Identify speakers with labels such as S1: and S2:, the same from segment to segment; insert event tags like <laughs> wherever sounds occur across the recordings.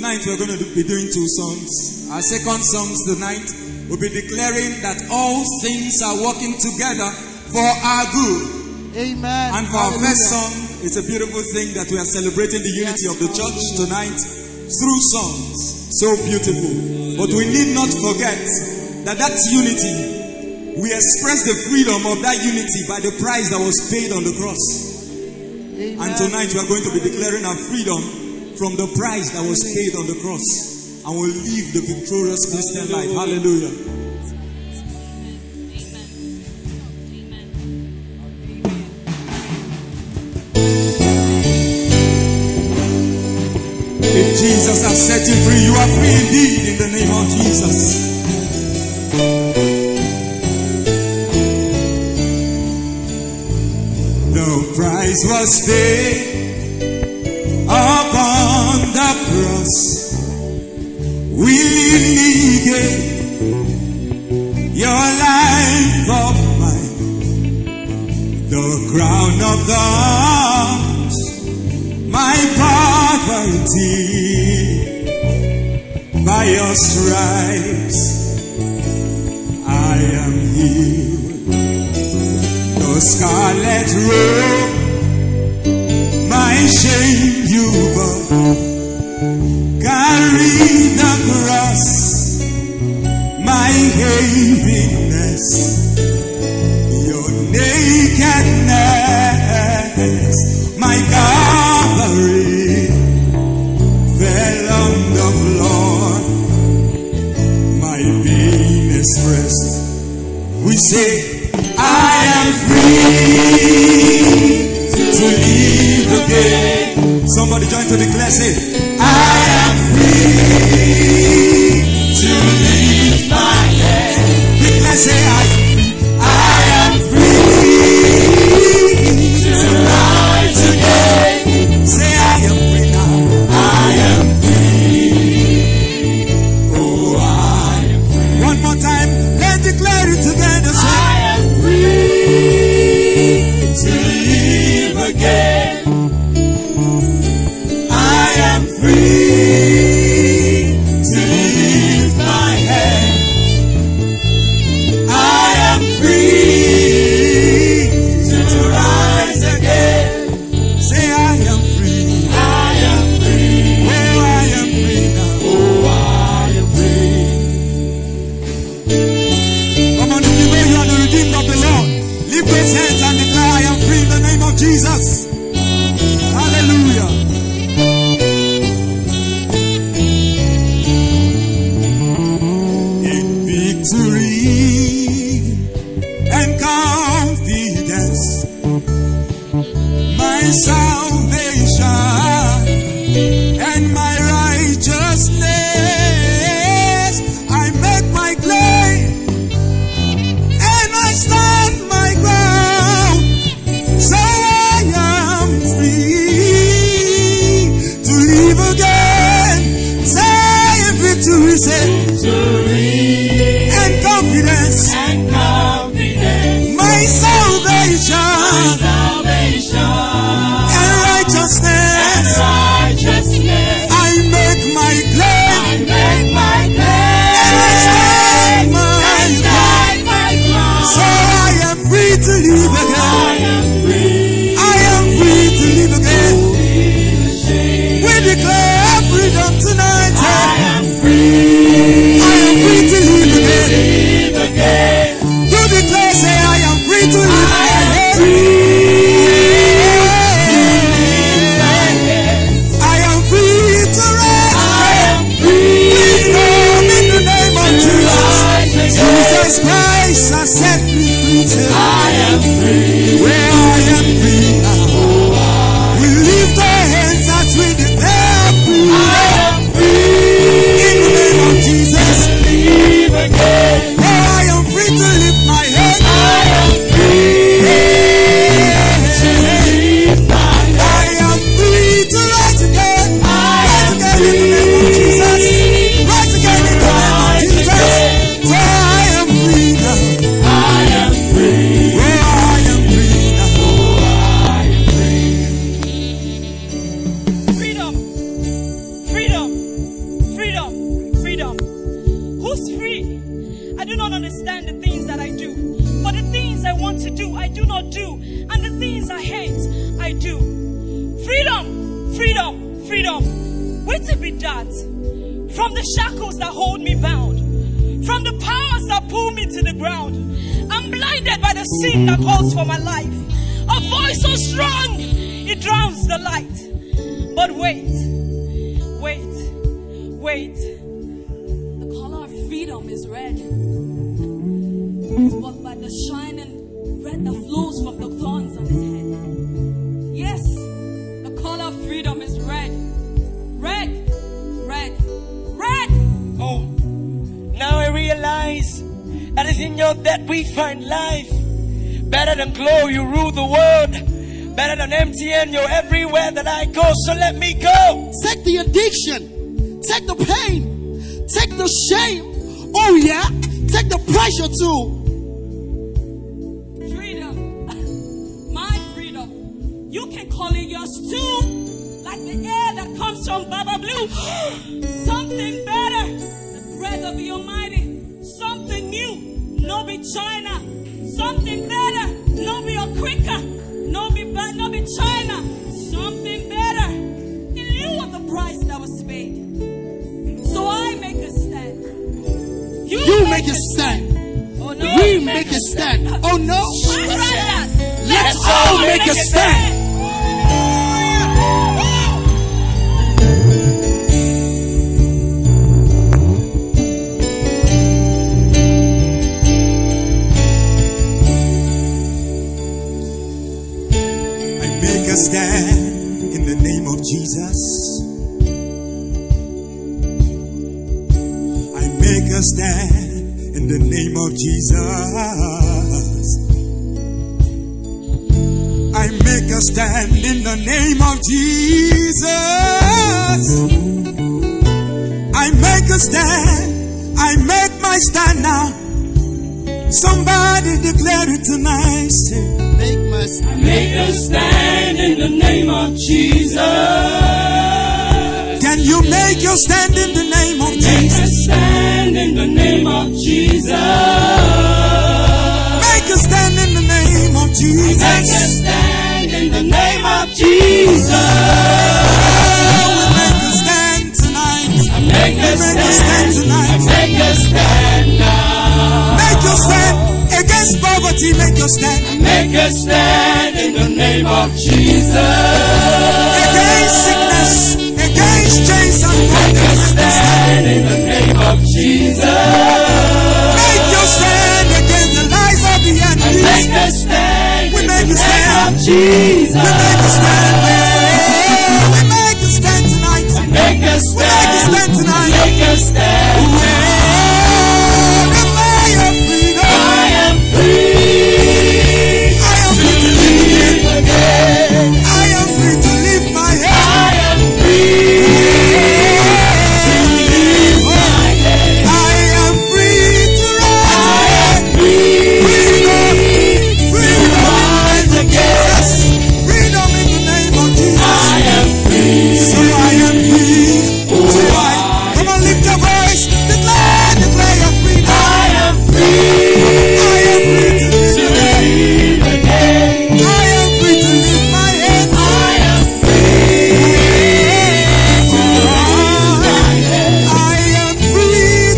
S1: Tonight we're going to do- be doing two songs. Our second songs tonight will be declaring that all things are working together for our good.
S2: Amen.
S1: And for our
S2: Hallelujah.
S1: first song, it's a beautiful thing that we are celebrating the unity of the church tonight through songs. So beautiful. But we need not forget that that unity, we express the freedom of that unity by the price that was paid on the cross.
S2: Amen.
S1: And tonight we are going to be declaring our freedom from the price that was paid on the cross. And we'll live the victorious Christian life. Hallelujah. If Jesus has set you free, you are free indeed in the name of Jesus. The price was paid upon the cross. Willingly gave your life for mine. The crown of thorns, my poverty. By your stripes, I am healed the scarlet robe, my shame you bore. Carry the cross, my heaviness, your nakedness, my covering. Fell on the floor, my pain expressed. We say, I am free to live again. Somebody join to declare, say, I am free to live my life. Declare, say, I, I am free to rise again. Say, I am free now. I am free. Oh, I am free. One more time, let's declare it together. Say,
S3: I am free to live again.
S1: I am free to lift my head. I am free to rise again. Say, I am free.
S3: I am free.
S1: Well, I am free now.
S3: Oh, I am free.
S1: Come on, if you believe you are the redeemed of the Lord, lift those hands and declare, I am free in the name of Jesus. Hallelujah. in victory and confidence. My salvation and my righteousness, I make my claim and I stand my ground. So I am free to live again. Say victory, say
S3: Victory
S1: and confidence.
S3: and confidence.
S1: My salvation
S3: Salvation
S1: and righteousness.
S3: righteousness.
S1: I make my claim
S3: I make my
S1: and I
S3: claim.
S1: stand my
S3: And stand my ground.
S1: So I am free to live again.
S3: I am free.
S1: I am free to live again.
S3: In the shade.
S1: We declare freedom tonight.
S3: I
S1: I
S3: am free.
S1: am free to live again.
S3: Live again.
S1: You declare, say, I am free to live
S3: I am
S1: again.
S3: free.
S1: I am free to
S3: I
S1: rise.
S3: am free.
S1: Freedom in the name of Jesus.
S3: Rise again.
S1: Jesus Christ has set me free today.
S3: I am free.
S1: Where I am free now. We lift our hands as we declare
S3: I
S1: freedom
S3: am free.
S1: in the name of Jesus.
S3: Live again.
S1: Where I am free to lift my head.
S3: I am free.
S1: Hey,
S3: Live my
S1: I am free to rise again. Rise again in the name of Jesus. Rise again in the name of
S3: Rise
S1: Jesus.
S3: again.
S1: Where I am free now.
S3: I am free.
S1: Where I am free now.
S4: understand the things that I do. For the things I want to do, I do not do. And the things I hate, I do. Freedom, freedom, freedom. Wait till be that. From the shackles that hold me bound, from the powers that pull me to the ground. I'm blinded by the sin that calls for my life. A voice so strong, it drowns the light. But wait, wait, wait.
S5: The color of freedom is red. It's bought by the shining red that flows from the thorns on his head. Yes, the color of freedom is red. Red, red, red.
S6: Oh, now I realize that it's in your death we find life. Better than glow, you rule the world. Better than MTN, you're everywhere that I go, so let me go.
S2: Take the addiction. Take the pain. Take the shame. Oh, yeah. Take the pressure too.
S5: Freedom. <laughs> My freedom. You can call it yours too. Like the air that comes from Baba Blue. <gasps> Something better. The breath of the Almighty. Something new. No be China. Something better. No be a quicker. No be ba- no be China. Something better. In lieu of the price that was paid. So I make a stand. You,
S2: You make a stand.
S5: Oh, no.
S2: We make a stand. Oh, no.
S5: My brother.
S2: Let's all make a stand.
S1: I make a stand in the name of Jesus. I make a stand in the name of Jesus. I make a stand in the name of Jesus. I make a stand. I make my stand now. Somebody declare it tonight. Say,
S2: Make my stand.
S3: Make a stand in the name of Jesus.
S1: Can you make your stand in the name of
S3: Make
S1: Jesus?
S3: a stand in the name of Jesus.
S1: Make a stand in the name of
S3: Take a
S1: Jesus.
S3: stand in the name of Jesus.
S1: Oh, we make a stand tonight.
S3: Make
S1: We
S3: a
S1: make a stand
S3: stand.
S1: tonight.
S3: Take a stand now.
S1: Make your stand against poverty. Make your stand
S3: Make a stand in the name of Jesus.
S1: against sickness, against chains and
S3: Make a
S1: bondage. Make your stand.
S3: stand in the name of Jesus.
S1: Make your stand against the lies of the enemy.
S3: Make a stand
S1: We
S3: in
S1: make a
S3: the name
S1: stand.
S3: of
S1: We
S3: Jesus.
S1: make a stand. Yeah, We make a stand tonight.
S3: Make
S1: We make
S3: a
S1: a
S3: stand.
S1: stand tonight.
S3: Make a stand. I am free. Free again. I am free. Free. Rise again. I am free. I am free. To live again. I am
S1: I am free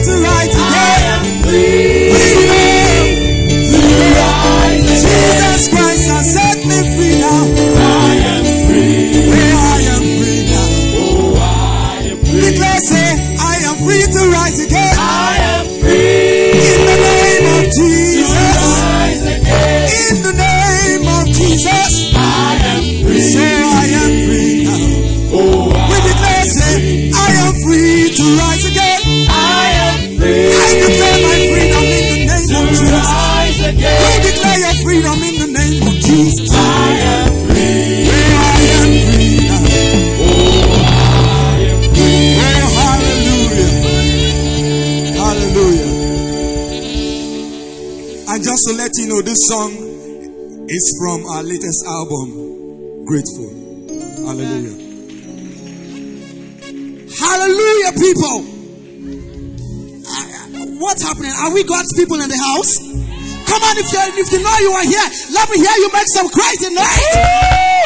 S1: to write again.
S3: free.
S1: Freedom.
S3: To rise again.
S1: Jesus Christ has set me free now.
S3: I am free.
S1: Yeah, I am free now.
S3: Oh, I am free.
S1: Declare, say, I am free to rise again.
S3: I am free.
S1: In the name of
S3: To
S1: Jesus.
S3: rise again.
S1: In the name of Jesus.
S3: I am free.
S1: Say, I am free now.
S3: Oh,
S1: We
S3: I
S1: declare, say, I am free to rise again.
S3: I am
S1: I declare my
S3: free.
S1: freedom in the
S3: To
S1: name of Jesus.
S3: rise
S1: You
S3: again.
S1: declare your freedom in the name of Jesus.
S3: I am free.
S1: Where I am free now. Well, hallelujah. Hallelujah. And just to let you know, this song is from our latest album, Grateful. Hallelujah. Hallelujah, people. I- I- What what's happening? Are we God's people in the house? Come on, if you if you know you are here, let me hear you make some crazy noise.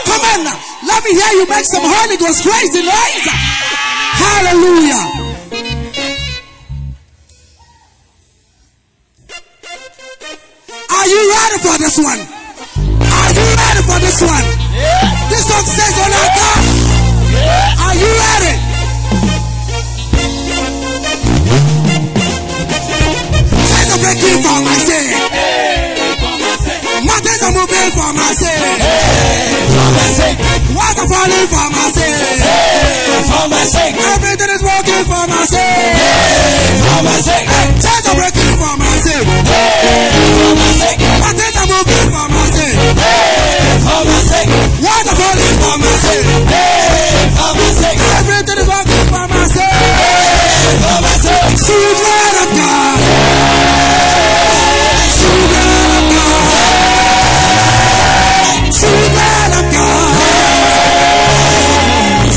S1: Come on, now. let me hear you make some Holy Ghost crazy noise. Hallelujah. Are you ready for this one? Are you ready for this one? This song says, "Oh my God, are you ready?" Say the breaking for my sake. Mountains are moving for my sake. Walls are falling for my sake. Everything is working for my sake. Chains are breaking for my sake. Mountains are moving for my sake. Walls are falling for my sake. Everything is working for my sake. Children of God. Children of God. Children of God.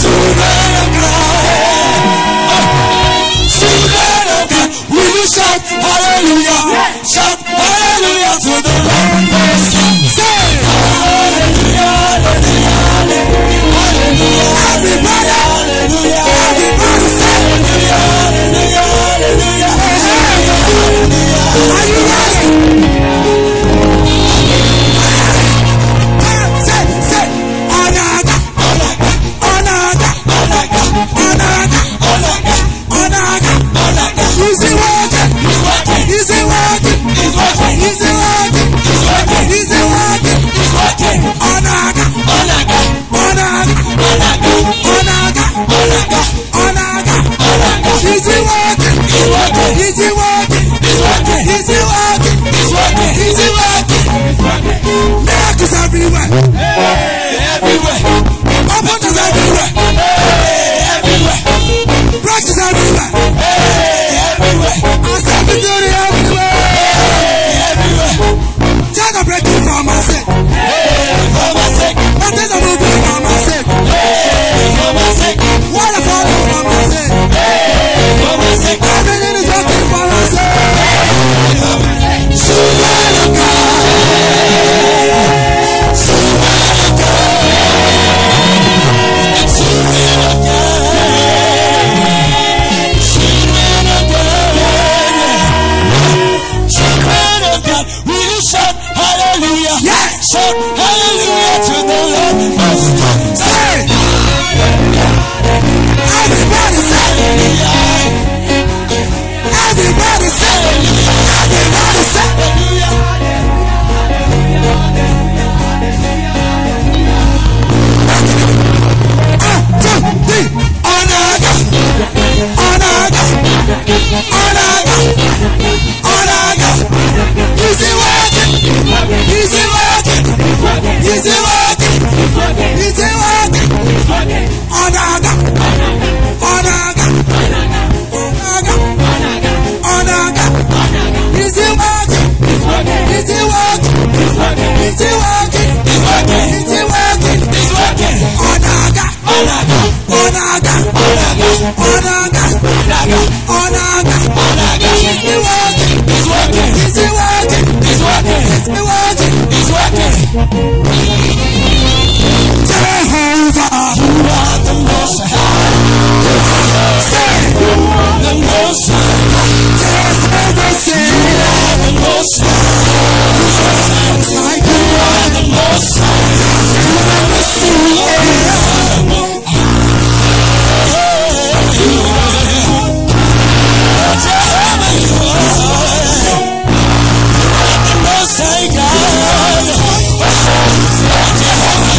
S1: Children of God. Children of God. Will you shout hallelujah? Shout hallelujah to the Lord. Most High. Say everybody. Everybody say Are you ready? Say, say, Onaga, Onaga, Onaga, Onaga, Onaga. Is it working? Is it working? Is it working? Is it working? Onaga, Onaga, Onaga, Onaga. Is it working? Is it working? Is it working? Is it working? Miracles everywhere. Abundance everywhere. Practice everywhere. As every duty everywhere. Child of breaking for my sake. Mountains are moving for my sake. Water falling for my sake. Everything is working for my sake. Children of God. Children of God. Children of God. Children of God. Children of God. Will you shout hallelujah? Yes. Shout hallelujah to the Lord Most High. Say. Everybody say. Everybody say. Everybody say. One, two, three. Onaga. Onaga. Onaga. Onaga. Is it working? Is it working? Is it working? Is it working? Onaga. Onaga. Onaga. Onaga. Is it working? Is it working? Is it working? Is it working? Onaga. Onaga. Onaga. Onaga. Is it working? Is it working? Is it working? Jehovah. You are the most high. Say. Jehovah say. Like you are the most high. Jehovah, you are the most high God.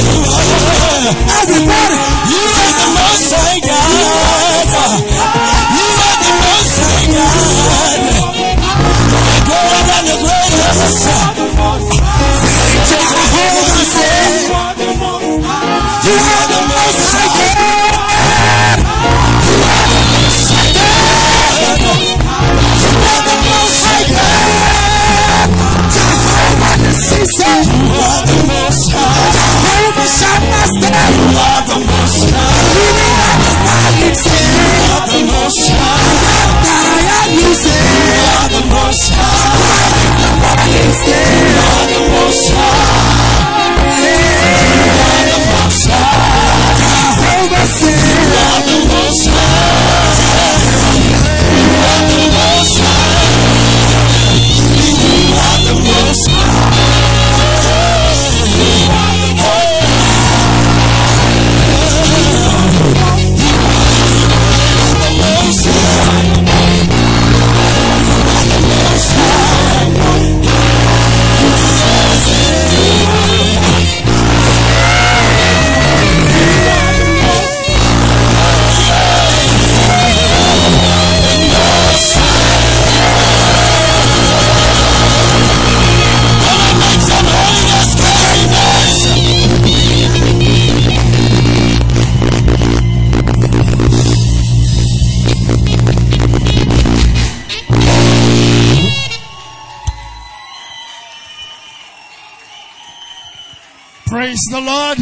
S7: Praise the Lord.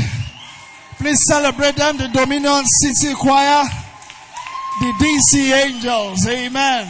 S7: Please celebrate them, the Dominion City Choir, the DC Angels. Amen.